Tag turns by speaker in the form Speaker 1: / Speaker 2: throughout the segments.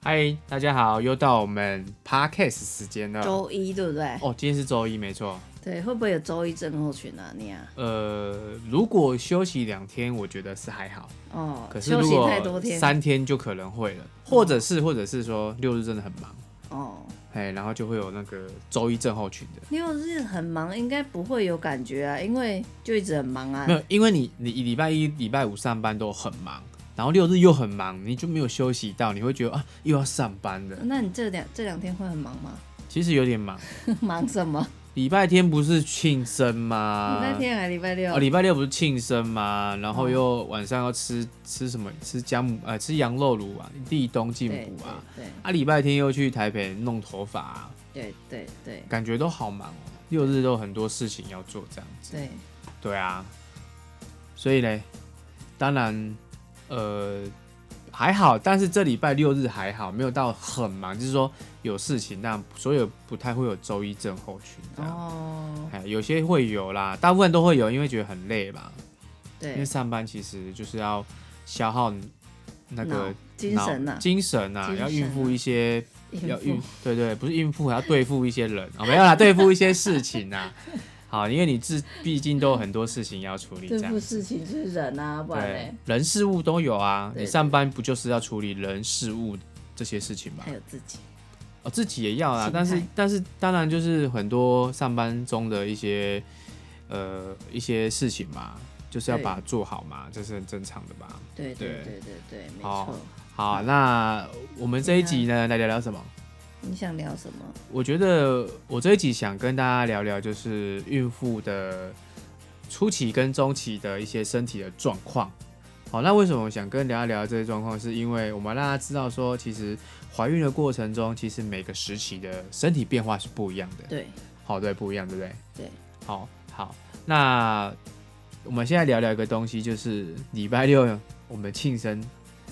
Speaker 1: 嗨，大家好，又到我们 podcast 时间了。
Speaker 2: 周一对不对？
Speaker 1: 啊哦，今天是周一，没错。
Speaker 2: 对，会不会有周一症候群啊？你啊，
Speaker 1: 呃，如果休息两天，我觉得是还好。
Speaker 2: 哦
Speaker 1: 可，是
Speaker 2: 休
Speaker 1: 如
Speaker 2: 息
Speaker 1: 果
Speaker 2: 太多天，
Speaker 1: 三天就可能会了，或者是或者是说六日真的很忙，
Speaker 2: 哦，
Speaker 1: 哎，然后就会有那个周一症候群的。
Speaker 2: 六日很忙，应该不会有感觉啊，因为就一直很忙啊
Speaker 1: 没。有，因为你你礼拜一、礼拜五上班都很忙，然后六日又很忙，你就没有休息到，你会觉得啊又要上班了，
Speaker 2: 那你这两这两天会很忙吗？
Speaker 1: 其实有点忙。
Speaker 2: 忙什么？
Speaker 1: 礼拜天不是庆生吗？
Speaker 2: 礼拜天还礼拜六
Speaker 1: 啊哦，？礼拜六不是庆生嘛，然后又晚上要吃吃什么？吃姜母呃，吃羊肉炉啊，立冬进
Speaker 2: 对
Speaker 1: 补啊。
Speaker 2: 对
Speaker 1: 啊，礼拜天又去台北弄头发、啊，
Speaker 2: 对对对
Speaker 1: 感觉都好忙哦。六日都有很多事情要做，这样子。
Speaker 2: 对，
Speaker 1: 对啊，所以嘞，当然，呃，还好，但是这礼拜六日还好，没有到很忙，就是说有事情，但所有不太会有周一症候群这样。
Speaker 2: 哦，
Speaker 1: 哎，有些会有啦，大部分都会有，因为觉得很累吧。因为
Speaker 2: 对，
Speaker 1: 上班其实就是要消耗那个
Speaker 2: 脑精神
Speaker 1: 呐、
Speaker 2: 呐，
Speaker 1: 精神呐、
Speaker 2: 精神啊
Speaker 1: 要应付一些，要
Speaker 2: 应
Speaker 1: 应
Speaker 2: 付
Speaker 1: 对对，不是应付，还要对付一些人啊、没有啦，对付一些事情呐、啊好，因为你自毕竟都有很多事情要处理，这
Speaker 2: 对
Speaker 1: 样
Speaker 2: 付事情是人啊，不然
Speaker 1: 对
Speaker 2: 嘞，
Speaker 1: 人事物都有啊。
Speaker 2: 对
Speaker 1: 你上班不就是要处理人事物这些事情吗
Speaker 2: 还？有自己，
Speaker 1: 哦，自己也要啊
Speaker 2: 心，
Speaker 1: 但是
Speaker 2: 态
Speaker 1: 但是当然就是很多上班中的一些呃一些事情嘛，就是要
Speaker 2: 对
Speaker 1: 把它做好嘛，这是很正常的吧。
Speaker 2: 对对
Speaker 1: 对
Speaker 2: 对对对，没
Speaker 1: 好
Speaker 2: 错。
Speaker 1: 好，那我们这一集
Speaker 2: 啊
Speaker 1: 呢，来聊聊什么？
Speaker 2: 你想聊什么？
Speaker 1: 我觉得我这一集想跟大家聊聊，就是孕妇的初期跟中期的一些身体的状况。好，那为什么我想跟大家聊这些状况？是因为我们让大家知道说，其实怀孕的过程中，其实每个时期的身体变化是不一样的。
Speaker 2: 对
Speaker 1: 好，对，不一样，对不对？
Speaker 2: 对，
Speaker 1: 好，好，那我们现在聊聊一个东西，就是礼拜六我们庆生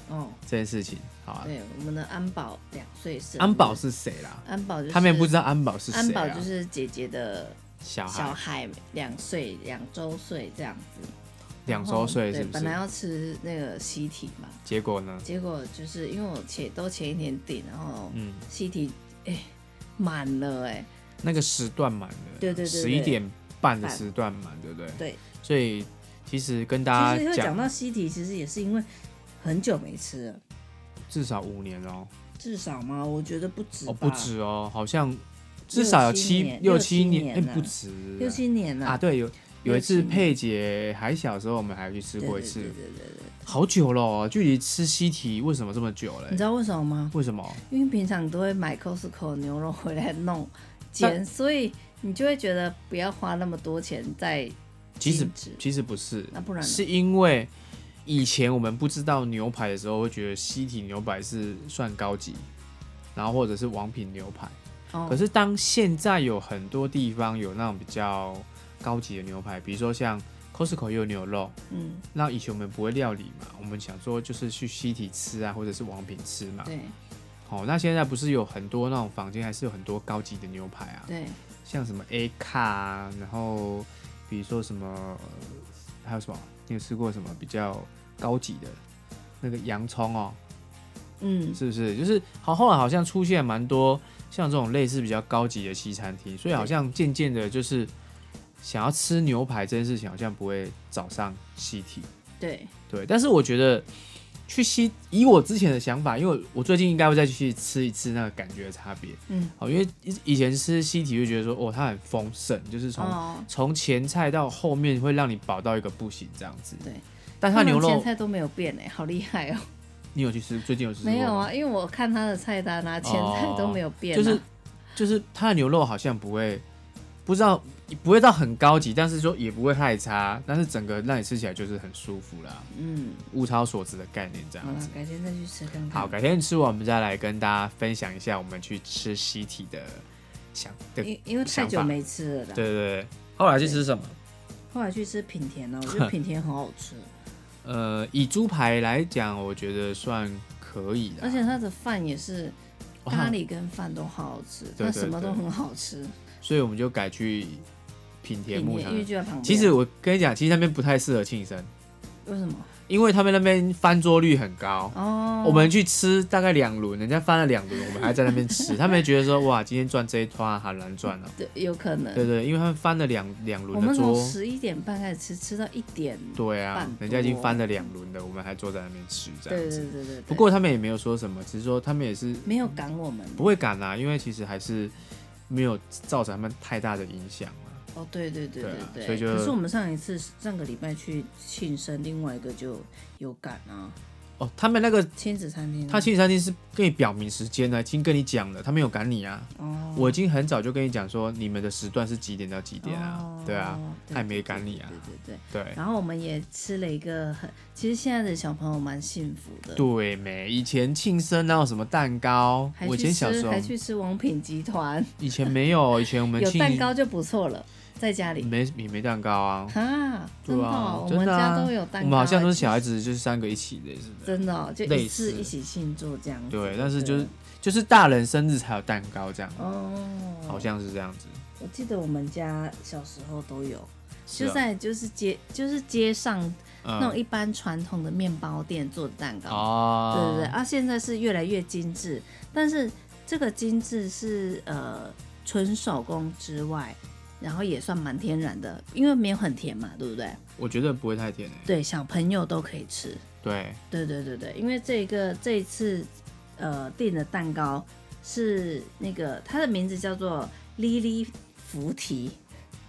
Speaker 2: 哦，
Speaker 1: 这件事情。好、啊，
Speaker 2: 对，我们的安保两岁生日，
Speaker 1: 安保是谁啦？
Speaker 2: 安保就是
Speaker 1: 他们也不知道安保是谁、啊。
Speaker 2: 安保就是姐姐的
Speaker 1: 小
Speaker 2: 小
Speaker 1: 孩，
Speaker 2: 孩，两岁两周岁这样子，
Speaker 1: 两周岁
Speaker 2: 然
Speaker 1: 是
Speaker 2: 后哦对，
Speaker 1: 不
Speaker 2: 本来
Speaker 1: 是？
Speaker 2: 要吃那个西体嘛，
Speaker 1: 结果呢？
Speaker 2: 结果就是因为我前都前一天订，然后
Speaker 1: 嗯，
Speaker 2: 西体哎满了哎、
Speaker 1: 那个时段满了，
Speaker 2: 对对对
Speaker 1: 十
Speaker 2: 对
Speaker 1: 一点半的时段满，对不对？
Speaker 2: 对，
Speaker 1: 所以其实跟大
Speaker 2: 其实
Speaker 1: 家
Speaker 2: 会讲
Speaker 1: 讲，
Speaker 2: 到西体，其实也是因为很久没吃了，
Speaker 1: 至少五年哦，
Speaker 2: 至少嘛，我觉得不止吧，
Speaker 1: 哦不止哦，好像至少有
Speaker 2: 七
Speaker 1: 七
Speaker 2: 年
Speaker 1: 六
Speaker 2: 六
Speaker 1: 七
Speaker 2: 七
Speaker 1: 年，哎
Speaker 2: 年了
Speaker 1: 不止
Speaker 2: 六七年了、
Speaker 1: 啊，对有。有一
Speaker 2: 六七
Speaker 1: 次
Speaker 2: 年
Speaker 1: 佩姐还小的时候，我们还去吃
Speaker 2: 对
Speaker 1: 过
Speaker 2: 对
Speaker 1: 一
Speaker 2: 对
Speaker 1: 次
Speaker 2: 对，对对，
Speaker 1: 好久了哦，距离吃西提为什么这么久嘞
Speaker 2: 你知？道为什么吗？
Speaker 1: 为什么？
Speaker 2: 因为平常都会买 Costco 的牛肉回来弄煎，所以你就会觉得不要花那么多钱在
Speaker 1: 其实
Speaker 2: 精致
Speaker 1: 其实不是，
Speaker 2: 那不然呢
Speaker 1: 是因为以前我们不知道牛排的时候，会觉得西体牛排是算高级，然后或者是王品牛排。
Speaker 2: 哦，
Speaker 1: 可是当现在有很多地方有那种比较高级的牛排，比如说像 Costco 也有牛肉，
Speaker 2: 嗯，
Speaker 1: 那以前我们不会料理嘛，我们想说就是去西体吃啊，或者是王品吃嘛。
Speaker 2: 对
Speaker 1: 好、那现在不是有很多那种房间，还是有很多高级的牛排啊？
Speaker 2: 对，
Speaker 1: 像什么 A 卡啊，然后比如说什么，呃还有什么？你有吃过什么比较高级的那个洋葱哦？
Speaker 2: 嗯，
Speaker 1: 是不是？就是好，后来好像出现蛮多像这种类似比较高级的西餐厅，所以好像渐渐的，就是想要吃牛排这件事情，好像不会找上西提。
Speaker 2: 对
Speaker 1: 对，但是我觉得去西，以我之前的想法，因为我最近应该会再去吃一次那个感觉的差别。
Speaker 2: 嗯，
Speaker 1: 好，因为以以前吃西提就觉得说，哦，它很丰盛，就是从
Speaker 2: 哦，
Speaker 1: 从、前菜到后面会让你饱到一个不行这样子。
Speaker 2: 对，
Speaker 1: 但它
Speaker 2: 们
Speaker 1: 牛
Speaker 2: 前
Speaker 1: 肉
Speaker 2: 菜都没有变哎，好厉害哦！
Speaker 1: 你有去吃？最近有吃过吗哦
Speaker 2: 没有啊，因为我看他的菜单啊，前菜都没有变啊，
Speaker 1: 就是就是它的牛肉好像不会，不知道不会到很高级，但是说也不会太差，但是整个让你吃起来就是很舒服啦，
Speaker 2: 嗯，
Speaker 1: 物超所值的概念这
Speaker 2: 好
Speaker 1: 样
Speaker 2: 了
Speaker 1: 子，。
Speaker 2: 改天再去吃看看。
Speaker 1: 好，改天吃完我们再来跟大家分享一下我们去吃西体的想的，对
Speaker 2: 因因为太久没吃了啦，
Speaker 1: 对对。后来去吃什么？
Speaker 2: 后来去吃品田 哦了，我觉得品田很好吃，
Speaker 1: 呃，以猪排来讲，我觉得算可以的，
Speaker 2: 而且它的饭也是
Speaker 1: 哦
Speaker 2: 咖，喱跟饭都好好吃，
Speaker 1: 对
Speaker 2: 它
Speaker 1: 对
Speaker 2: 什么
Speaker 1: 对
Speaker 2: 都很好吃。
Speaker 1: 所以我们就改去品田
Speaker 2: 品
Speaker 1: 牧
Speaker 2: 田
Speaker 1: 场
Speaker 2: 因。为就在旁边。
Speaker 1: 其实我跟你讲，其实那边不太适合庆生，
Speaker 2: 为什么？
Speaker 1: 因为他们那边翻桌率很高。
Speaker 2: 哦，
Speaker 1: 我们去吃大概两轮，人家翻了两轮，我们还在那边 吃，他们觉得说哇，今天赚这一摊好难赚哦。
Speaker 2: 对，有可能。
Speaker 1: 对对，因为他们翻了两两
Speaker 2: 嗯我
Speaker 1: 轮
Speaker 2: 们
Speaker 1: 的
Speaker 2: 从
Speaker 1: 桌，
Speaker 2: 十一点半开始吃，吃到一点。
Speaker 1: 对啊
Speaker 2: 半多，
Speaker 1: 人家已经翻了两轮了，我们还坐在那边吃这
Speaker 2: 对
Speaker 1: 样
Speaker 2: 对
Speaker 1: 子。
Speaker 2: 对对对。
Speaker 1: 不过他们也没有说什么，只是说他们也是
Speaker 2: 没有赶我们。
Speaker 1: 不会赶啦、因为其实还是没有造成他们太大的影响嘛。
Speaker 2: 哦，对对对
Speaker 1: 对啊
Speaker 2: 对。
Speaker 1: 所以就
Speaker 2: 可是我们上一次上个礼拜去庆生，另外一个就有赶啊，
Speaker 1: 哦，他们那个
Speaker 2: 亲子餐厅啊。
Speaker 1: 他心理餐厅是跟你表明时间的，已经跟你讲了，他没有赶你啊。
Speaker 2: 哦
Speaker 1: 我已经很早就跟你讲说，你们的时段是几点到几点啊？
Speaker 2: 哦
Speaker 1: 对啊，，
Speaker 2: 对
Speaker 1: 他也没赶你啊
Speaker 2: 对对对。
Speaker 1: 对
Speaker 2: 然后我们也吃了一个很，其实现在的小朋友蛮幸福的，
Speaker 1: 对没？以前庆生哪有什么蛋糕？
Speaker 2: 还
Speaker 1: 我以
Speaker 2: 去
Speaker 1: 前小时
Speaker 2: 吃
Speaker 1: 候
Speaker 2: 还去吃王品集团，
Speaker 1: 以前没有，以前我们
Speaker 2: 有
Speaker 1: 庆
Speaker 2: 蛋糕就不错了，在家里
Speaker 1: 没也没蛋糕啊。
Speaker 2: 啊，真
Speaker 1: 对
Speaker 2: 的
Speaker 1: 啊
Speaker 2: 哦，我
Speaker 1: 真
Speaker 2: 们
Speaker 1: 的啊
Speaker 2: 家都有蛋
Speaker 1: 我
Speaker 2: 糕，
Speaker 1: 们好像都是小孩子，就是三个一起的，是不是？
Speaker 2: 真的哦就一
Speaker 1: 类
Speaker 2: 次
Speaker 1: 似
Speaker 2: 一起庆祝这样子，
Speaker 1: 对，但是就是就是大人生日才有蛋糕这样，
Speaker 2: 哦，
Speaker 1: 好像是这样子。
Speaker 2: 我记得我们家小时候都有，
Speaker 1: 是
Speaker 2: 就
Speaker 1: 啊
Speaker 2: 在就是街就是街上那种
Speaker 1: 嗯
Speaker 2: 一般传统的面包店做的蛋糕，
Speaker 1: 哦，
Speaker 2: 对对对，啊，现在是越来越精致，但是这个精致是呃纯手工之外，然后也算蛮天然的，因为没有很甜嘛，对不对？
Speaker 1: 我觉得不会太甜诶、
Speaker 2: 对，小朋友都可以吃。
Speaker 1: 对，
Speaker 2: 对对对对，因为这个这一次呃订的蛋糕是那个它的名字叫做莉莉菩提，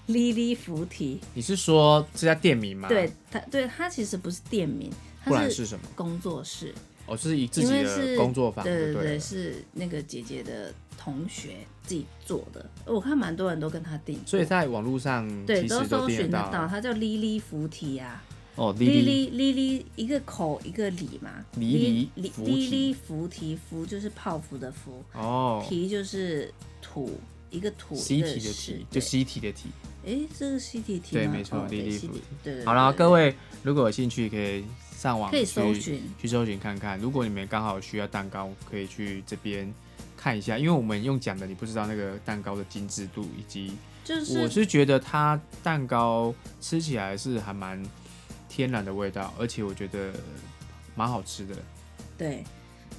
Speaker 2: 莉莉菩提，
Speaker 1: 你是说这家店名吗？
Speaker 2: 对，它对它其实不是店名，
Speaker 1: 啊不
Speaker 2: 它
Speaker 1: 然
Speaker 2: 是
Speaker 1: 是什么？
Speaker 2: 工作室。
Speaker 1: 哦，是以自
Speaker 2: 因
Speaker 1: 己
Speaker 2: 为是
Speaker 1: 的工作坊就对
Speaker 2: 对对，
Speaker 1: 了
Speaker 2: 是那个姐姐的同学自己做的。我看蛮多人都跟她订，
Speaker 1: 所以在网络上
Speaker 2: 对
Speaker 1: 其
Speaker 2: 都
Speaker 1: 实
Speaker 2: 搜
Speaker 1: 订
Speaker 2: 寻
Speaker 1: 到。
Speaker 2: 到。她叫莉莉菩提啊，
Speaker 1: 哦，莉
Speaker 2: 莉
Speaker 1: 莉，
Speaker 2: 莉莉莉一个口一个里嘛，
Speaker 1: 莉莉
Speaker 2: 莉
Speaker 1: 菩提
Speaker 2: 莉莉菩提，菩就是泡芙的芙，
Speaker 1: 哦，
Speaker 2: 提就是土。一个土
Speaker 1: 习
Speaker 2: 一个
Speaker 1: 题的
Speaker 2: 石
Speaker 1: 题，就习题的题。
Speaker 2: 哎，这个西提提
Speaker 1: 对
Speaker 2: 吗
Speaker 1: 没错
Speaker 2: 哦对
Speaker 1: 莉莉
Speaker 2: 西
Speaker 1: 菩
Speaker 2: 提
Speaker 1: 提
Speaker 2: 对对。
Speaker 1: 好啦，
Speaker 2: 对
Speaker 1: 各位如果有兴趣，可以上网
Speaker 2: 可以搜
Speaker 1: 去
Speaker 2: 寻，
Speaker 1: 去搜寻看看。如果你们刚好需要蛋糕，可以去这边看一下，因为我们用讲的，你不知道那个蛋糕的精致度以及
Speaker 2: 就
Speaker 1: 我
Speaker 2: 是
Speaker 1: 是觉得它蛋糕吃起来是还蛮天然的味道，而且我觉得蛮好吃的。
Speaker 2: 对，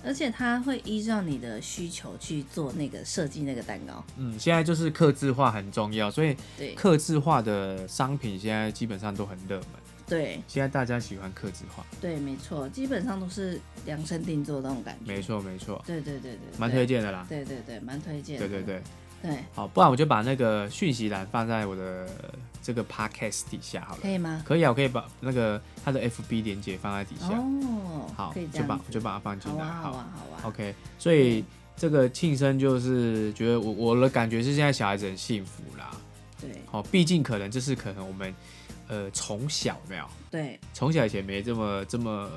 Speaker 2: 而且他会依照你的需求去做那个设计那个蛋糕，
Speaker 1: 嗯，现在就是克制化很重要，所以
Speaker 2: 对
Speaker 1: 克制化的商品现在基本上都很热门。
Speaker 2: 对，
Speaker 1: 现在大家喜欢克制化，
Speaker 2: 对，没错，基本上都是量身定做的那种感觉。
Speaker 1: 没，错没错，
Speaker 2: 对对对对，
Speaker 1: 蛮推。荐的啦。
Speaker 2: 对对对，蛮推荐的。
Speaker 1: 对对对，
Speaker 2: 对，
Speaker 1: 好，不然我就把那个讯息栏放在我的这个 podcast 底下好了
Speaker 2: 可。以吗？
Speaker 1: 可以啊，我可以把那个它的 FB 连接放在底下。
Speaker 2: 哦，
Speaker 1: 好
Speaker 2: 可以，这
Speaker 1: 就
Speaker 2: 样
Speaker 1: 把
Speaker 2: 子
Speaker 1: 我就把它放进
Speaker 2: 好
Speaker 1: 来。
Speaker 2: 啊，好啊，好啊。
Speaker 1: OK，所以这个庆生就是觉得我我的感觉是现在小孩子很幸福啦。
Speaker 2: 对
Speaker 1: 好，毕竟可能这是可能我们呃从小有没有
Speaker 2: 对
Speaker 1: 从小以前没这么这么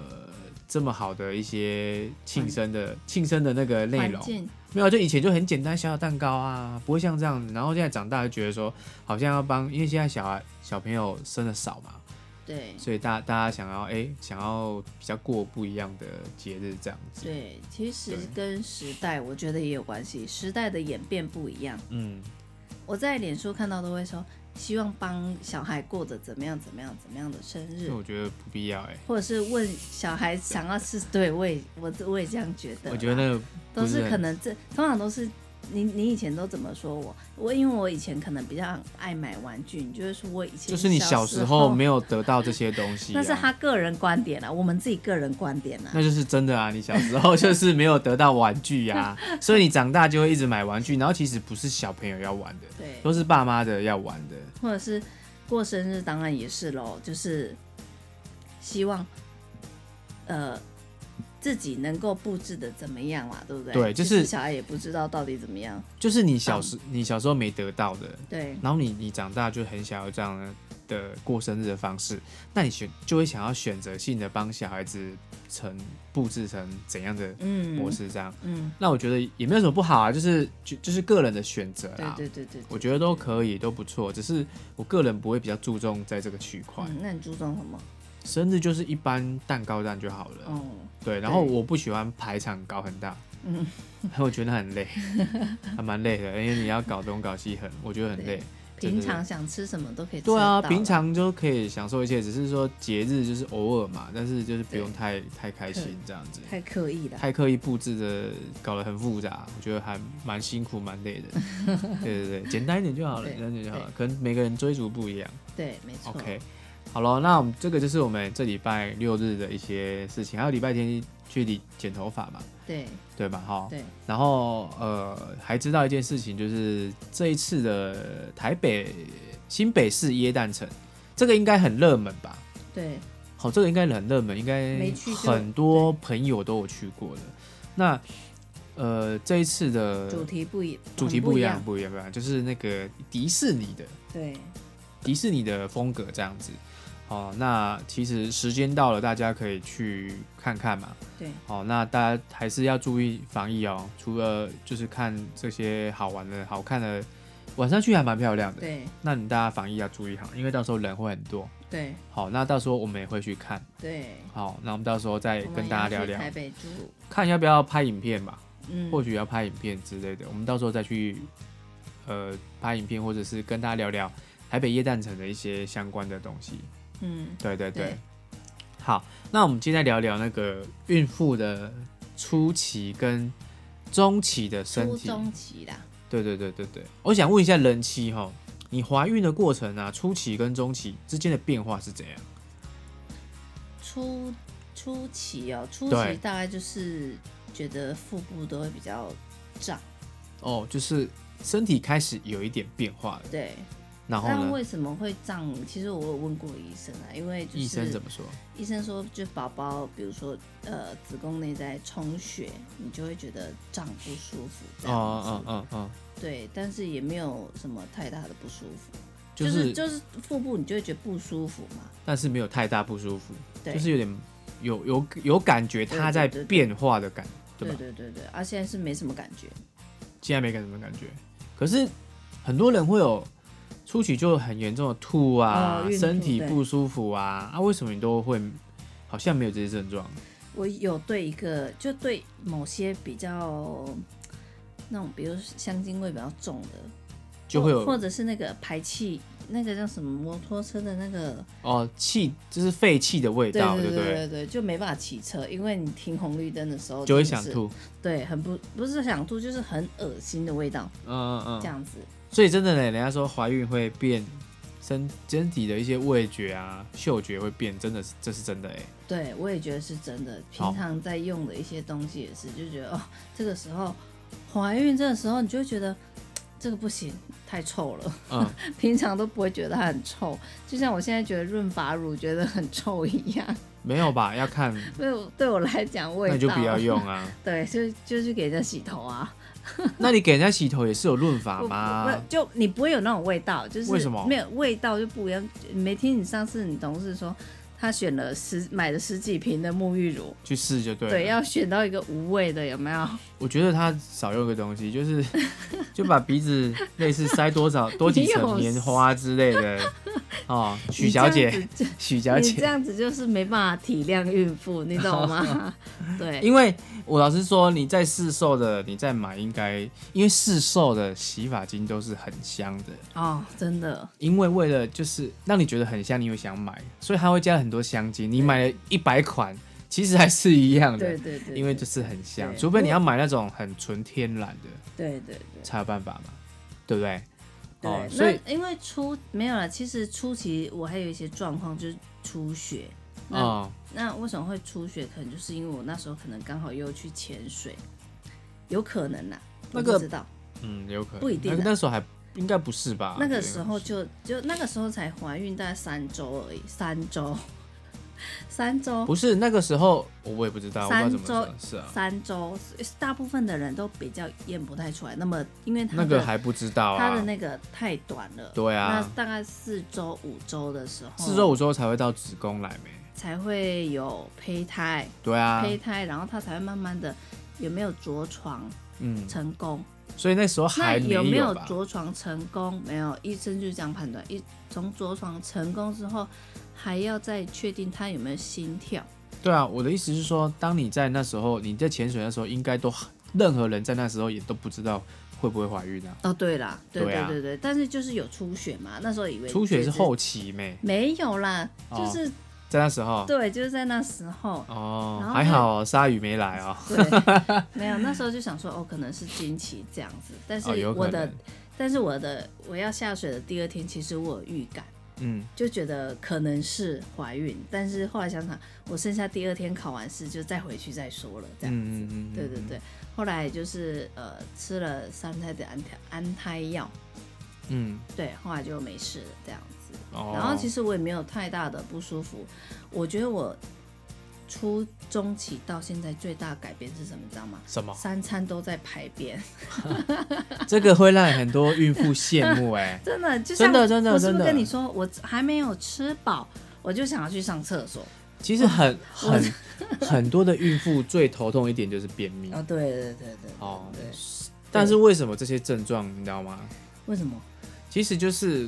Speaker 1: 这么好的一些庆生的庆生的那个内
Speaker 2: 环
Speaker 1: 容，
Speaker 2: 境
Speaker 1: 没有啊就以前就很简单小小蛋糕啊，不会像这样子。然后现在长大就觉得说好像要帮，因为现在小孩小朋友生的少嘛，
Speaker 2: 对
Speaker 1: 所以大大家想要哎、想要比较过不一样的节日这样子。
Speaker 2: 对，其实
Speaker 1: 对
Speaker 2: 跟时代我觉得也有关系，时代的演变不一样。
Speaker 1: 嗯，
Speaker 2: 我在脸书看到都会说，希望帮小孩过着怎么样怎么样怎么样的生
Speaker 1: 所
Speaker 2: 日
Speaker 1: 以，我觉得不必要哎、
Speaker 2: 或者是问小孩想要吃，对我也我我也这样觉得啦。
Speaker 1: 我觉得那个
Speaker 2: 都
Speaker 1: 不是
Speaker 2: 是可
Speaker 1: 很
Speaker 2: 能这通常都是你你以前都怎么说我？我因为我以前可能比较爱买玩具，你就会说我以前
Speaker 1: 就是你
Speaker 2: 小
Speaker 1: 小时候没有得到这些东 西、啊，
Speaker 2: 那是他个人观点啊，我们自己个人观点啊。
Speaker 1: 那就是真的啊！你小时候就是没有得到玩具啊，所以你长大就会一直买玩具，然后其实不是小朋友要玩的，
Speaker 2: 对，
Speaker 1: 都是爸妈的要玩的。
Speaker 2: 或者是过生日当然也是喽，就是希望呃自己能够布置的怎么样嘛，对不对？
Speaker 1: 对就
Speaker 2: 其
Speaker 1: 是
Speaker 2: 实小孩也不知道到底怎么样。
Speaker 1: 就是你小时、你小时候没得到的，
Speaker 2: 对
Speaker 1: 然后你你长大就很想要这样的的过生日的方式，那你选就会想要选择性的帮小孩子成布置成怎样的
Speaker 2: 嗯
Speaker 1: 模式这样。
Speaker 2: 嗯，
Speaker 1: 那我觉得也没有什么不好啊，就是就就是个人的选择啦。啊
Speaker 2: 对对对对对
Speaker 1: 我觉得都可以，都不错。只是我个人不会比较注重在这个区块，
Speaker 2: 嗯，那你注重什么？
Speaker 1: 生日就是一般蛋糕蛋就好了。
Speaker 2: 哦，
Speaker 1: 对，然后我不喜欢排场搞很大，
Speaker 2: 嗯，
Speaker 1: 我觉得很累，还蛮累的，因为你要搞东搞西很，我觉得很累。对对
Speaker 2: 平常想吃什么都可以吃得
Speaker 1: 对啊，
Speaker 2: 到。
Speaker 1: 平常就可以享受一切，只是说节日就是偶尔嘛，但是就是不用
Speaker 2: 对
Speaker 1: 太太开
Speaker 2: 可以
Speaker 1: 心这样子，
Speaker 2: 太刻意了。
Speaker 1: 太刻意布置的，搞得很复杂，我觉得还蛮辛苦蛮 累的。对对对，简单一点就好了，
Speaker 2: 对
Speaker 1: 简单一点就好了
Speaker 2: 对。
Speaker 1: 可能每个人追逐不一样。
Speaker 2: 对，没错。
Speaker 1: OK，好了，那我们这个就是我们这礼拜六日的一些事情，还有礼拜天去理剪头发嘛，
Speaker 2: 对
Speaker 1: 对吧？哈，
Speaker 2: 对，
Speaker 1: 然后呃，还知道一件事情，就是这一次的台北新北市耶诞城，这个应该很热门吧？
Speaker 2: 对，
Speaker 1: 好，这个应该很热门，应该
Speaker 2: 没去就
Speaker 1: 很多朋友都有去过的。那呃，这一次的
Speaker 2: 主题不一，
Speaker 1: 主题
Speaker 2: 很
Speaker 1: 不
Speaker 2: 不
Speaker 1: 一样，。不一样，不一样，就是那个迪士尼的
Speaker 2: 对，
Speaker 1: 迪士尼的风格这样子。哦，那其实时间到了，大家可以去看看嘛。
Speaker 2: 对，
Speaker 1: 哦，那大家还是要注意防疫哦。除了就是看这些好玩的、好看的，晚上去还蛮漂亮的。
Speaker 2: 对，
Speaker 1: 那你大家防疫要注意好，因为到时候人会很多。
Speaker 2: 对，
Speaker 1: 好，那到时候我们也会去看。
Speaker 2: 对。
Speaker 1: 好，那我们到时候再
Speaker 2: 我们
Speaker 1: 跟大家聊
Speaker 2: 要去
Speaker 1: 聊，
Speaker 2: 台北住，
Speaker 1: 看要不要拍影片吧，
Speaker 2: 嗯，
Speaker 1: 或许要拍影片之类的。我们到时候再去呃拍影片，或者是跟大家聊聊台北夜诞城的一些相关的东西。
Speaker 2: 嗯，
Speaker 1: 对对对。
Speaker 2: 对
Speaker 1: 好，那我们今天聊聊那个孕妇的初期跟中期的身
Speaker 2: 初
Speaker 1: 体。
Speaker 2: 中期啦，
Speaker 1: 对对对对对，我想问一下人妻哈，你怀孕的过程啊，初期跟中期之间的变化是怎样？
Speaker 2: 初初期哦，初
Speaker 1: 对
Speaker 2: 期大概就是觉得腹部都会比较胀，
Speaker 1: 哦，就是身体开始有一点变化了，
Speaker 2: 对。
Speaker 1: 然后
Speaker 2: 但
Speaker 1: 呢，
Speaker 2: 为什么会胀？其实我有问过医生啊，因为就是
Speaker 1: 医生怎么说？
Speaker 2: 医生说，就宝宝，比如说呃子宫内在充血，你就会觉得胀不舒服这
Speaker 1: 哦
Speaker 2: 样
Speaker 1: 哦
Speaker 2: 子。
Speaker 1: 哦哦，
Speaker 2: 对，但是也没有什么太大的不舒服，
Speaker 1: 就
Speaker 2: 就是
Speaker 1: 是
Speaker 2: 就是腹部你就会觉得不舒服嘛。
Speaker 1: 但是没有太大不舒服，
Speaker 2: 对，
Speaker 1: 就是有点有有有感觉它
Speaker 2: 对对
Speaker 1: 在
Speaker 2: 对对
Speaker 1: 变化的感，对吧
Speaker 2: 对？对对对，啊，现在是没什么感觉。
Speaker 1: 现在没感什么感觉。可是很多人会有初期就很严重的吐啊，
Speaker 2: 哦孕吐
Speaker 1: 身体不舒服啊，啊，为什么你都会好像没有这些症
Speaker 2: 哦
Speaker 1: 状？
Speaker 2: 我有对一个，就对某些比较那种，比如香精味比较重的，
Speaker 1: 就会有
Speaker 2: 或或者是那个排气，那个叫什么摩托车的那个，
Speaker 1: 哦气，就是废气的味
Speaker 2: 对
Speaker 1: 道，
Speaker 2: 对
Speaker 1: 不
Speaker 2: 对对对，就没办法骑车，因为你停红绿灯的时候
Speaker 1: 就会
Speaker 2: 真
Speaker 1: 想
Speaker 2: 的是，
Speaker 1: 吐，
Speaker 2: 对，很不不是想吐，就是很恶心的味道，
Speaker 1: 嗯嗯嗯。
Speaker 2: 这样子，
Speaker 1: 所以真的呢，人家说怀孕会变身身体的一些味觉啊、嗅觉会变，真的是这是真的哎、
Speaker 2: 对我也觉得是真的。
Speaker 1: 好
Speaker 2: 平常在用的一些东西也是，就觉得哦，这个时候怀孕这个时候，你就会觉得嘖这个不行，太臭了。
Speaker 1: 嗯，
Speaker 2: 平常都不会觉得它很臭，就像我现在觉得润发乳觉得很臭一样。
Speaker 1: 没有吧？要看，
Speaker 2: 对我对我来讲， 味
Speaker 1: 那
Speaker 2: 道
Speaker 1: 你就不要。用啊。
Speaker 2: 对，就就去给人家洗头啊，
Speaker 1: 那你给人家洗头也是有润发
Speaker 2: 不不
Speaker 1: 吗
Speaker 2: 不？就你不会有那种味道，就是
Speaker 1: 为什么
Speaker 2: 没有味道就不一样？没听你上次你同事说，他选了十买了十几瓶的沐浴乳，
Speaker 1: 去试就对了。
Speaker 2: 对，要选到一个无味的，有没有？
Speaker 1: 我觉得他少用一个东西，就是 就把鼻子类似塞多少多几层棉花之类 的哦。许小姐，
Speaker 2: 你这样子
Speaker 1: 许
Speaker 2: 就，
Speaker 1: 小
Speaker 2: 你这
Speaker 1: 姐，
Speaker 2: 样子就是没办法体谅孕妇，你 懂吗？对，
Speaker 1: 因为我老实说，你在市售的，你再买应该，因为市售的洗发精都是很香的，
Speaker 2: 哦，真的，
Speaker 1: 因为为了就是让你觉得很香，你又想买，所以它会加很多香精。你买了一百款，其实还是一样
Speaker 2: 对
Speaker 1: 的，
Speaker 2: 对对，
Speaker 1: 因为就是很香，
Speaker 2: 对
Speaker 1: 除非你要买那种很纯天然的
Speaker 2: 对对对。
Speaker 1: 才有办法嘛，对不对？
Speaker 2: 对，
Speaker 1: 哦，所以
Speaker 2: 那因为初没有了，其实初期我还有一些状况，就是出血。那、
Speaker 1: 哦。
Speaker 2: 那为什么会出血？可能就是因为我那时候可能刚好又去潜水，有可能啦，
Speaker 1: 那
Speaker 2: 我
Speaker 1: 个
Speaker 2: 不知道。
Speaker 1: 嗯，有可能
Speaker 2: 不一定啊
Speaker 1: 那那时候还应该不是吧？
Speaker 2: 那个
Speaker 1: 对
Speaker 2: 时候就就那个时候才怀孕，大概三周而已，三周， 三周，
Speaker 1: 不是那个时候，我我也不知道，我不知道
Speaker 2: 三
Speaker 1: 怎么
Speaker 2: 周
Speaker 1: 说，是啊，
Speaker 2: 三周，大部分的人都比较验不太出来。那么因为他
Speaker 1: 那
Speaker 2: 的、
Speaker 1: 个还不知道
Speaker 2: 他的
Speaker 1: 啊，
Speaker 2: 那个太短了，
Speaker 1: 对啊
Speaker 2: 那大概四周五周的时候，
Speaker 1: 四周五周才会到子宫来没？
Speaker 2: 才会有胚胎。
Speaker 1: 对啊，
Speaker 2: 胚胎，然后它才会慢慢的有没有着床
Speaker 1: 嗯，
Speaker 2: 成功？
Speaker 1: 所以那时候
Speaker 2: 那
Speaker 1: 还
Speaker 2: 有没
Speaker 1: 有
Speaker 2: 有
Speaker 1: 吧？
Speaker 2: 着床成功？没有，医生就这样判断。一从着床成功之后，还要再确定他有没有心跳。
Speaker 1: 对啊，我的意思是说，当你在那时候，你在潜水的时候，应该都任何人在那时候也都不知道会不会怀孕啊？
Speaker 2: 哦，对啦，对
Speaker 1: 对
Speaker 2: 对
Speaker 1: 啊
Speaker 2: 对对，但是就是有初血嘛，那时候以为
Speaker 1: 出血
Speaker 2: 觉
Speaker 1: 是
Speaker 2: 知
Speaker 1: 后期没，
Speaker 2: 没有啦，就
Speaker 1: 哦
Speaker 2: 是、
Speaker 1: 在那时候
Speaker 2: 对，就是在那时候，然
Speaker 1: 哦，
Speaker 2: 后
Speaker 1: 还
Speaker 2: 那
Speaker 1: 好鲨鱼没来哦。
Speaker 2: 对，没有那时候就想说哦，可能是经期这样子，但是
Speaker 1: 哦，有
Speaker 2: 我
Speaker 1: 可
Speaker 2: 的、
Speaker 1: 能，
Speaker 2: 但是我的我要下水的第二天，其实我有预感，
Speaker 1: 嗯，
Speaker 2: 就觉得可能是怀孕，但是后来想想，我剩下第二天考完试就再回去再说了，这样子。
Speaker 1: 嗯嗯嗯嗯
Speaker 2: 对对对，后来就是呃吃了三胎的安胎安胎药，
Speaker 1: 嗯，
Speaker 2: 对，后来就没事了这样子。
Speaker 1: 哦，
Speaker 2: 然后其
Speaker 1: 实，
Speaker 2: 实我也没有太大的不舒服，我觉得我初中期到现在最大的改变是什么，你知道吗？
Speaker 1: 什么？
Speaker 2: 三餐都在排便，
Speaker 1: 这个会让很多孕妇羡慕哎、
Speaker 2: 真的就像
Speaker 1: 真的真的
Speaker 2: 我是不
Speaker 1: 真
Speaker 2: 是
Speaker 1: 的
Speaker 2: 跟你说，我还没有吃饱，我就想要去上厕所。
Speaker 1: 其实很很很多的孕妇最头痛一点就是便秘
Speaker 2: 啊，对对对对对
Speaker 1: 哦
Speaker 2: 对，
Speaker 1: 但是为什么这些症状你知道吗？
Speaker 2: 为什么？
Speaker 1: 其实就是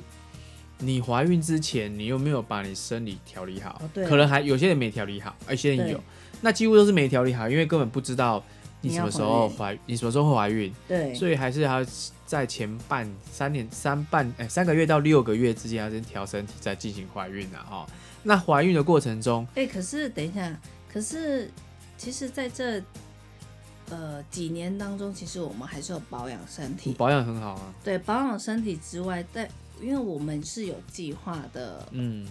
Speaker 1: 你怀孕之前，你又没有把你生理调理好，
Speaker 2: 哦对
Speaker 1: 可能还有些人没调理好，有些人有，那几乎都是没调理好，因为根本不知道你什么时候
Speaker 2: 你要
Speaker 1: 怀，你什么时候会怀孕，
Speaker 2: 对，
Speaker 1: 所以还是还要在前半三年三半哎、三个月到六个月之间，要先调身体再进行怀孕啊哦。那怀孕的过程中，
Speaker 2: 哎、可是等一下，可是其实在这呃几年当中，其实我们还是有保养身
Speaker 1: 你
Speaker 2: 体。
Speaker 1: 保养很好啊，
Speaker 2: 对，保养身体之外，但因为我们是有计划的
Speaker 1: 嗯，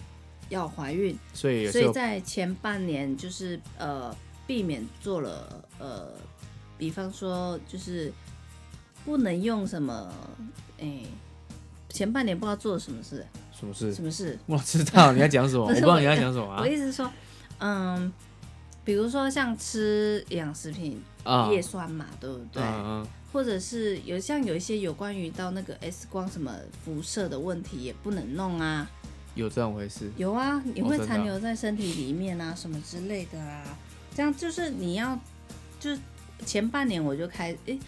Speaker 2: 要怀孕，
Speaker 1: 所以有
Speaker 2: 所
Speaker 1: 时
Speaker 2: 以
Speaker 1: 候
Speaker 2: 在前半年就是呃避免做了呃，比方说就是不能用什么哎、前半年不知道做了什么事，
Speaker 1: 什么事
Speaker 2: 什？么事？
Speaker 1: 我知道你要讲什么，我
Speaker 2: 不
Speaker 1: 不
Speaker 2: 是
Speaker 1: 知道你要讲什么啊
Speaker 2: 我意思是说，嗯，比如说像吃营养食品，
Speaker 1: 啊，
Speaker 2: 叶酸嘛，对不对？
Speaker 1: 嗯嗯
Speaker 2: 或者是有像有一些有关于到那个 X 光什么辐射的问题也不能弄啊，
Speaker 1: 有这种回事，
Speaker 2: 有啊，你
Speaker 1: 哦
Speaker 2: 会
Speaker 1: 真的啊
Speaker 2: 残留在身体里面啊，什么之类的啊，这样就是你要，就是前半年我就开，诶、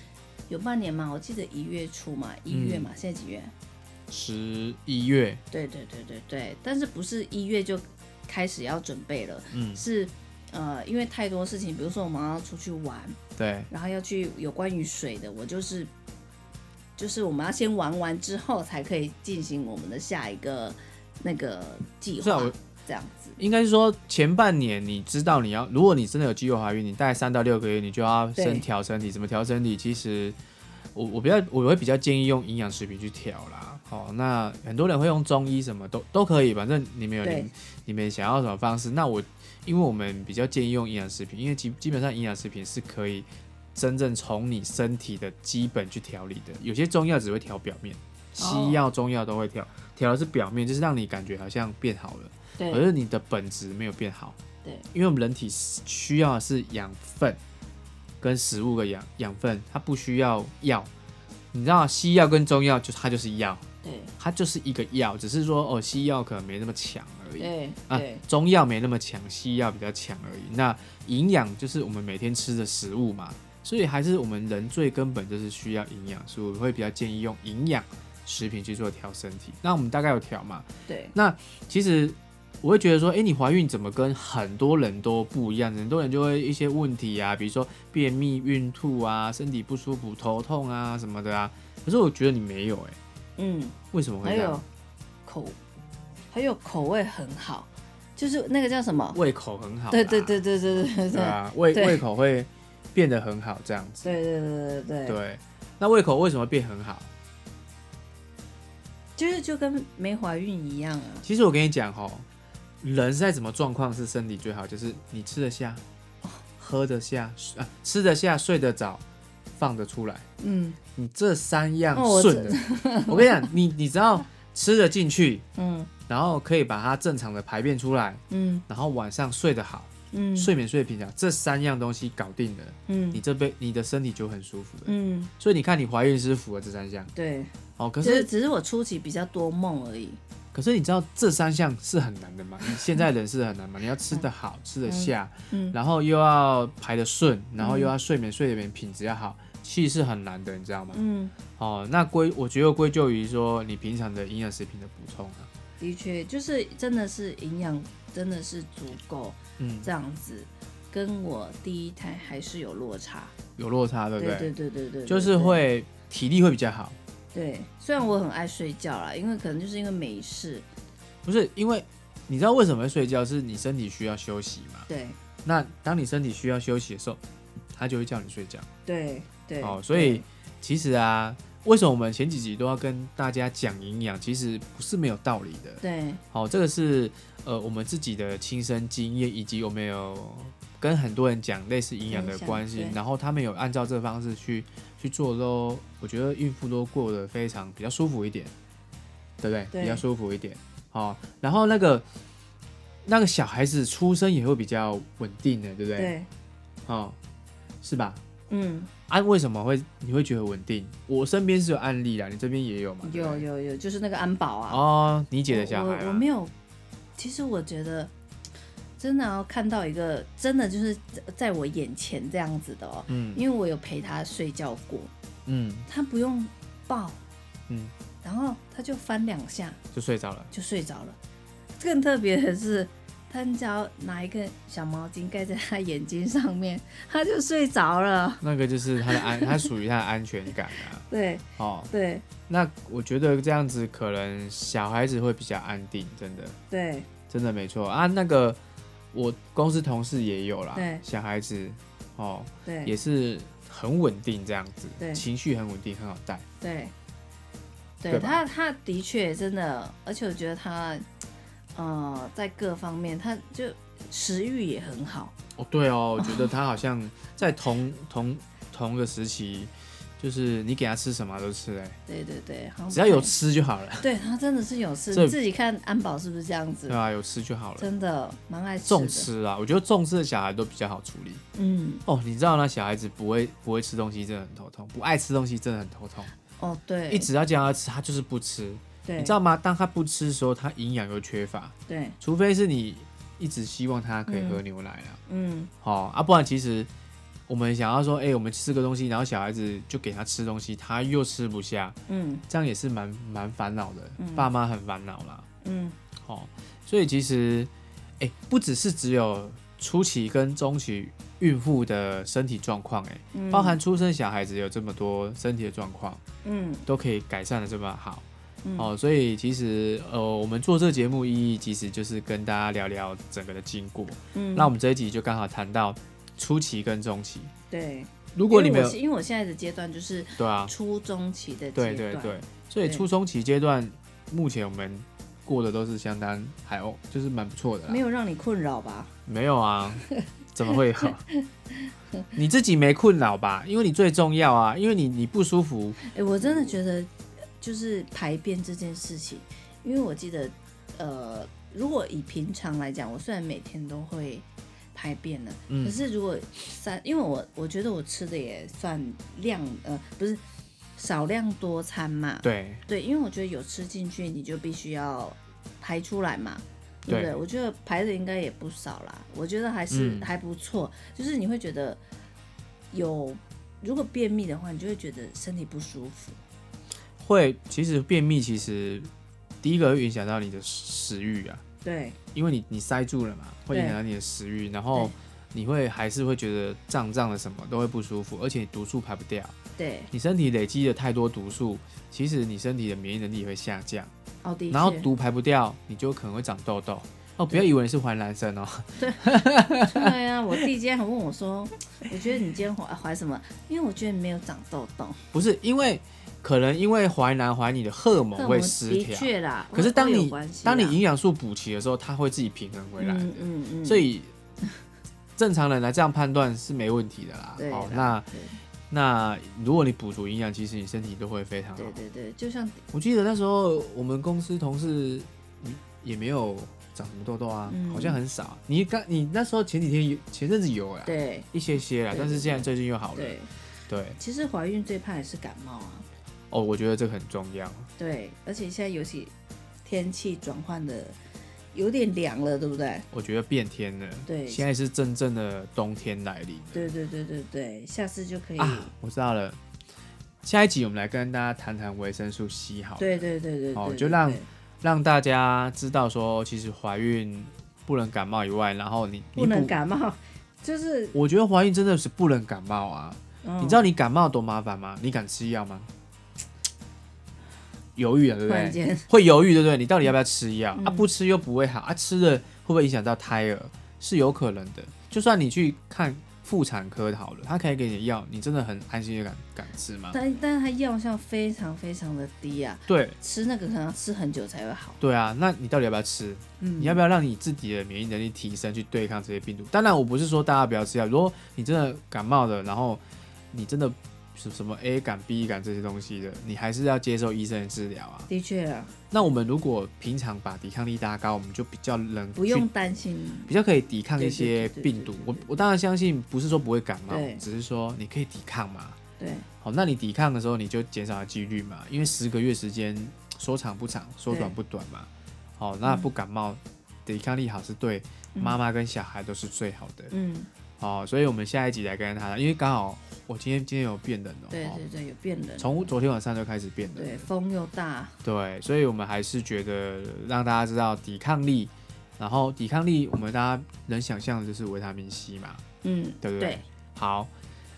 Speaker 2: 有半年嘛，我记得一月初嘛，一月
Speaker 1: 嗯
Speaker 2: 嘛，现在几月？
Speaker 1: 十一月，
Speaker 2: 对对对对对，但是不是一月就开始要准备了，
Speaker 1: 嗯，
Speaker 2: 是呃，因为太多事情，比如说我们要出去玩，
Speaker 1: 对，
Speaker 2: 然后要去有关于水的，我就是就是我们要先玩完之后，才可以进行我们的下一个那个计
Speaker 1: 是啊
Speaker 2: 划，
Speaker 1: 我
Speaker 2: 这样子。
Speaker 1: 应该是说前半年你知道你要，如果你真的有肌肉怀孕，你大概三到六个月，你就要
Speaker 2: 对
Speaker 1: 先调身体。怎么调身体？其实我我比较我会比较建议用营养食品去调啦。好，那很多人会用中医什么都都可以，反正你们有
Speaker 2: 对
Speaker 1: 你你们想要什么方式。那我因为我们比较建议用营养食品，因为基基本上营养食品是可以真正从你身体的基本去调理的。有些中药只会调表面，西药、中药都会调，调的是表面，就是让你感觉好像变好了。
Speaker 2: 对
Speaker 1: 可是你的本质没有变好。
Speaker 2: 对，
Speaker 1: 因为我们人体需要的是养分跟食物的养养分，它不需要药。你知道西药跟中药就它就是药，
Speaker 2: 对
Speaker 1: 它就是一个药，只是说哦西药可能没那么强而已。
Speaker 2: 对
Speaker 1: 啊
Speaker 2: 对，
Speaker 1: 中药没那么强，西药比较强而已。那营养就是我们每天吃的食物嘛，所以还是我们人最根本就是需要营养，所以我会比较建议用营养食品去做调身体。那我们大概有调嘛，
Speaker 2: 对
Speaker 1: 其实我会觉得说，哎、你怀孕怎么跟很多人都不一样？很多人就会一些问题啊，比如说便秘、孕吐啊，身体不舒服、头痛啊什么的啊。可是我觉得你没有、诶，
Speaker 2: 嗯，
Speaker 1: 为什么会
Speaker 2: 还
Speaker 1: 这
Speaker 2: 有
Speaker 1: 样？
Speaker 2: 口，还有口味很好，就是那个叫什么？
Speaker 1: 胃口很好啦，
Speaker 2: 对对对对对对对
Speaker 1: 对
Speaker 2: 对
Speaker 1: 啊，胃
Speaker 2: 对
Speaker 1: 胃口会变得很好这样子。
Speaker 2: 对对对对对，
Speaker 1: 对，那胃口为什么变很好？
Speaker 2: 就是就跟没怀孕一样啊。
Speaker 1: 其实我跟你讲哦，人在什么状况是身体最好？就是你吃得下、喝得下、啊、吃得下、睡得着、放得出来。
Speaker 2: 嗯
Speaker 1: 你这三样
Speaker 2: 哦我
Speaker 1: 顺的，我跟你讲，你你只要吃得进去，
Speaker 2: 嗯
Speaker 1: 然后可以把它正常的排便出来，
Speaker 2: 嗯
Speaker 1: 然后晚上睡得好，
Speaker 2: 嗯，
Speaker 1: 睡眠睡得平常，这三样东西搞定了，你
Speaker 2: 嗯
Speaker 1: 这辈你的身体就很舒服了。
Speaker 2: 嗯
Speaker 1: 所以你看，你怀孕是符合这三项
Speaker 2: 对。
Speaker 1: 哦。可
Speaker 2: 只
Speaker 1: 是
Speaker 2: 只是我初期比较多梦而已。
Speaker 1: 可是你知道这三项是很难的嘛？你现在人是很难嘛？你要吃得好，吃得下，
Speaker 2: 嗯
Speaker 1: 然后又要排得顺，然后又要睡眠睡眠品质要好，其实是很难的，你知道吗？
Speaker 2: 嗯，
Speaker 1: 哦，那归我觉得归咎于说你平常的营养食品的补充啊。
Speaker 2: 的确，就是真的是营养真的是足够
Speaker 1: 嗯，
Speaker 2: 这样子，跟我第一胎还是有落差。
Speaker 1: 有落差，对不
Speaker 2: 对对对对对，
Speaker 1: 就是会体力会比较好。
Speaker 2: 对，虽然我很爱睡觉啦，因为可能就是因为没事，
Speaker 1: 不是因为你知道为什么会睡觉，是你身体需要休息嘛？
Speaker 2: 对
Speaker 1: 那当你身体需要休息的时候，它就会叫你睡觉。
Speaker 2: 对对。
Speaker 1: 哦，所以
Speaker 2: 对
Speaker 1: 其实啊，为什么我们前几集都要跟大家讲营养，其实不是没有道理的。
Speaker 2: 对
Speaker 1: 好，这个是呃我们自己的亲身经验，以及我们有跟很多人讲类似营养的
Speaker 2: 分享
Speaker 1: 关系
Speaker 2: 对，
Speaker 1: 然后他们有按照这方式去去做都，我觉得孕妇都过得非常比较舒服一点，对不对？
Speaker 2: 对
Speaker 1: 比较舒服一点。好，然后那个那个小孩子出生也会比较稳定的，对不对？
Speaker 2: 对，
Speaker 1: 哦，是吧？
Speaker 2: 嗯，
Speaker 1: 啊，为什么会你会觉得稳定？我身边是有案例啦，你这边也有嘛？对不
Speaker 2: 有
Speaker 1: 对
Speaker 2: 有有，就是那个安保啊，
Speaker 1: 哦，你姐的小孩
Speaker 2: 我我
Speaker 1: 啊
Speaker 2: 我没有，其实我觉得真的要看到一个真的就是在我眼前这样子的哦，
Speaker 1: 嗯
Speaker 2: 因为我有陪他睡觉过，
Speaker 1: 嗯
Speaker 2: 他不用抱，
Speaker 1: 嗯，
Speaker 2: 然后他就翻两下
Speaker 1: 就睡着了。
Speaker 2: 就睡着了。更特别的是，他只要拿一个小毛巾盖在他眼睛上面，他就睡着了。
Speaker 1: 那个就是他的安，他属于他的安全感啊。
Speaker 2: 对
Speaker 1: 哦，
Speaker 2: 对
Speaker 1: 那我觉得这样子可能小孩子会比较安定，真的，
Speaker 2: 对
Speaker 1: 真的没错啊。那个我公司同事也有啦
Speaker 2: 对，
Speaker 1: 小孩子哦也
Speaker 2: 对
Speaker 1: 是很稳定这样子，
Speaker 2: 对
Speaker 1: 情绪很稳定，很好带。
Speaker 2: 对，
Speaker 1: 对
Speaker 2: 对
Speaker 1: 吧
Speaker 2: 他他的确真的，而且我觉得他，呃，在各方面他就食欲也很好。
Speaker 1: 哦，对哦，我觉得他好像在同同同个时期，就是你给他吃什么他都吃、哎，
Speaker 2: 对对对，好像
Speaker 1: 只要有
Speaker 2: 不太
Speaker 1: 吃就好了，
Speaker 2: 对他真的是有吃，
Speaker 1: 这
Speaker 2: 你自己看安保是不是这样子
Speaker 1: 对？啊，有吃就好了。
Speaker 2: 真的蛮爱吃
Speaker 1: 重
Speaker 2: 的。
Speaker 1: 吃啊，我觉得重吃的小孩都比较好处理。
Speaker 2: 嗯，
Speaker 1: 哦，你知道那小孩子不会不会吃东西真的很头痛，不爱吃东西真的很头痛。
Speaker 2: 哦对，
Speaker 1: 一直要叫他吃，他就是不吃，
Speaker 2: 对
Speaker 1: 你知道吗？当他不吃的时候，他营养又缺乏，
Speaker 2: 对，
Speaker 1: 除非是你一直希望他可以喝牛奶啊，
Speaker 2: 嗯
Speaker 1: 哦啊，不然其实我们想要说，哎、我们吃个东西，然后小孩子就给他吃东西，他又吃不下，
Speaker 2: 嗯
Speaker 1: 这样也是蛮蛮烦恼的，
Speaker 2: 嗯
Speaker 1: 爸妈很烦恼啦。
Speaker 2: 嗯，
Speaker 1: 哦，所以其实，哎、不只是只有初期跟中期孕妇的身体状况，哎，
Speaker 2: 嗯
Speaker 1: 包含出生小孩子有这么多身体的状况，
Speaker 2: 嗯
Speaker 1: 都可以改善的这么好。
Speaker 2: 嗯
Speaker 1: 哦，所以其实呃，我们做这个节目意义其实就是跟大家聊聊整个的经过。
Speaker 2: 嗯，
Speaker 1: 那我们这一集就刚好谈到初期跟中期。
Speaker 2: 对，
Speaker 1: 如果你
Speaker 2: 因
Speaker 1: 没
Speaker 2: 为我
Speaker 1: 有
Speaker 2: 是因为我现在的阶段就是
Speaker 1: 对啊，
Speaker 2: 初中期的阶
Speaker 1: 对
Speaker 2: 段，
Speaker 1: 对对，所以
Speaker 2: 对
Speaker 1: 初中期阶段，目前我们过的都是相当还哦，就是蛮不错的啦。
Speaker 2: 没有让你困扰吧？
Speaker 1: 没有 啊，怎么会有？你自己没困扰吧？因为你最重要啊，因为你你不舒服，
Speaker 2: 哎、我真的觉得呃就是排便这件事情，因为我记得，呃，如果以平常来讲，我虽然每天都会排便了，
Speaker 1: 嗯
Speaker 2: 可是如果三，因为我我觉得我吃的也算量，呃，不是少量多餐嘛，
Speaker 1: 对
Speaker 2: 对，因为我觉得有吃进去，你就必须要排出来嘛。对不
Speaker 1: 对
Speaker 2: 对？我觉得排的应该也不少啦，我觉得还是、
Speaker 1: 嗯
Speaker 2: 还不错。就是你会觉得有，如果便秘的话，你就会觉得身体不舒服。
Speaker 1: 会其实便秘其实第一个会影响到你的食欲啊，
Speaker 2: 对
Speaker 1: 因为你你塞住了嘛，会
Speaker 2: 对
Speaker 1: 影响到你的食欲，然后
Speaker 2: 对
Speaker 1: 你会还是会觉得胀胀的，什么都会不舒服，而且你毒素排不掉，
Speaker 2: 对，
Speaker 1: 你身体累积了太多毒素，其实你身体的免疫能力也会下降，
Speaker 2: 奥迪
Speaker 1: 然后毒排不掉，你就可能会长痘痘。哦，不要以为你是怀男生哦，
Speaker 2: 对呀、我弟今天还问我说，我觉得你今天怀怀什么？因为我觉得你没有长痘痘，
Speaker 1: 不是因为可能因为怀男怀女的荷尔蒙
Speaker 2: 那
Speaker 1: 会
Speaker 2: 我
Speaker 1: 失
Speaker 2: 的
Speaker 1: 调，
Speaker 2: 确啦。
Speaker 1: 可是当
Speaker 2: 会有
Speaker 1: 你
Speaker 2: 关系啦啊
Speaker 1: 当你营养素补齐的时候，它会自己平衡回来的。
Speaker 2: 嗯嗯嗯，
Speaker 1: 所以正常人来这样判断是没问题的啦。
Speaker 2: 对
Speaker 1: 好
Speaker 2: 啦，
Speaker 1: 那
Speaker 2: 对
Speaker 1: 那如果你补足营养，其实你身体都会非常好
Speaker 2: 对。对对，就像
Speaker 1: 我记得那时候我们公司同事嗯也没有长什么痘痘啊，
Speaker 2: 嗯
Speaker 1: 好像很少啊。你刚你那时候前几天有前阵子有啦，啊
Speaker 2: 对
Speaker 1: 一些些啦，
Speaker 2: 对
Speaker 1: 但是现在最近又好了。
Speaker 2: 对，
Speaker 1: 对
Speaker 2: 其实怀孕最怕也是感冒啊。
Speaker 1: 哦，我觉得这个很重要。
Speaker 2: 对，而且现在尤其天气转换的有点凉了，对不对？
Speaker 1: 我觉得变天了，
Speaker 2: 对
Speaker 1: 现在是真正的冬天来临了。
Speaker 2: 对对对对对，下次就可以。
Speaker 1: 啊，我知道了。下一集我们来跟大家谈谈维生素 C 好了。
Speaker 2: 对对对对对
Speaker 1: 好
Speaker 2: 对，
Speaker 1: 哦就让让大家知道说，其实怀孕不能感冒以外，然后你
Speaker 2: 不
Speaker 1: 你
Speaker 2: 能感冒，就是嗯
Speaker 1: 我觉得怀孕真的是不能感冒啊，
Speaker 2: 哦
Speaker 1: 你知道你感冒多麻烦吗？你敢吃药吗？犹豫了，对
Speaker 2: 突
Speaker 1: 不
Speaker 2: 然
Speaker 1: 对？
Speaker 2: 间，嗯
Speaker 1: 会犹豫，对不对？你到底要不要吃药、啊？不吃又不会好啊，吃了会不会影响到胎儿？是有可能的。就算你去看妇产科好了，他可以给你药，你真的很安心就敢敢吃吗？
Speaker 2: 但但是它药效非常非常的低啊，
Speaker 1: 对
Speaker 2: 吃那个可能要吃很久才会好。
Speaker 1: 对啊，那你到底要不要吃？
Speaker 2: 嗯，
Speaker 1: 你要不要让你自己的免疫能力提升去对抗这些病毒？当然，我不是说大家不要吃药，如果你真的感冒了，然后你真的什什么 A 感、B 感这些东西的，你还是要接受医生的治疗啊。
Speaker 2: 的确啊，
Speaker 1: 那我们如果平常把抵抗力拉高，我们就比较能
Speaker 2: 不
Speaker 1: 去
Speaker 2: 用担心。
Speaker 1: 比较可以抵抗一些
Speaker 2: 对对对对
Speaker 1: 病毒
Speaker 2: 对对。
Speaker 1: 我
Speaker 2: 对
Speaker 1: 我当然相信不是说不会感冒
Speaker 2: 对，
Speaker 1: 只是说你可以抵抗嘛。
Speaker 2: 对
Speaker 1: 好，那你抵抗的时候你就减少了几率嘛，因为十个月时间说长不长，说短不短嘛。好，那不感冒，抵抗力好是对妈妈跟小孩都是最好的。
Speaker 2: 嗯，
Speaker 1: 好，所以我们下一集来跟大家，因为刚好我今天今天有变冷哦、
Speaker 2: 对
Speaker 1: 哦
Speaker 2: 对对，有变冷，
Speaker 1: 从昨天晚上就开始变冷了。
Speaker 2: 对风又大，
Speaker 1: 对，所以我们还是觉得让大家知道抵抗力，然后抵抗力我们大家能想象的就是维他命 C 嘛，
Speaker 2: 嗯，
Speaker 1: 对不对？啊
Speaker 2: 对
Speaker 1: 好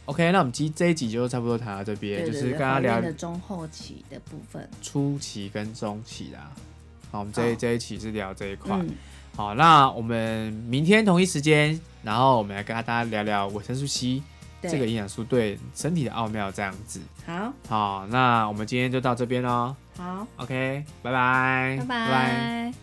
Speaker 1: ，OK，那我们今这一集就差不多谈到这边，
Speaker 2: 对对
Speaker 1: 就是
Speaker 2: 对
Speaker 1: 跟大家
Speaker 2: 怀孕
Speaker 1: 聊
Speaker 2: 的中后期的部分，
Speaker 1: 初期跟中期啦。好，我们这一、
Speaker 2: 好
Speaker 1: 这一期是聊这一块。
Speaker 2: 嗯，
Speaker 1: 好，那我们明天同一时间，然后我们来跟大家聊聊维生素 C
Speaker 2: 对，
Speaker 1: 这个营养素对身体的奥妙这样子。
Speaker 2: 好
Speaker 1: 好，那我们今天就到这边喽。
Speaker 2: 好，
Speaker 1: 哎 OK，拜拜，
Speaker 2: 拜拜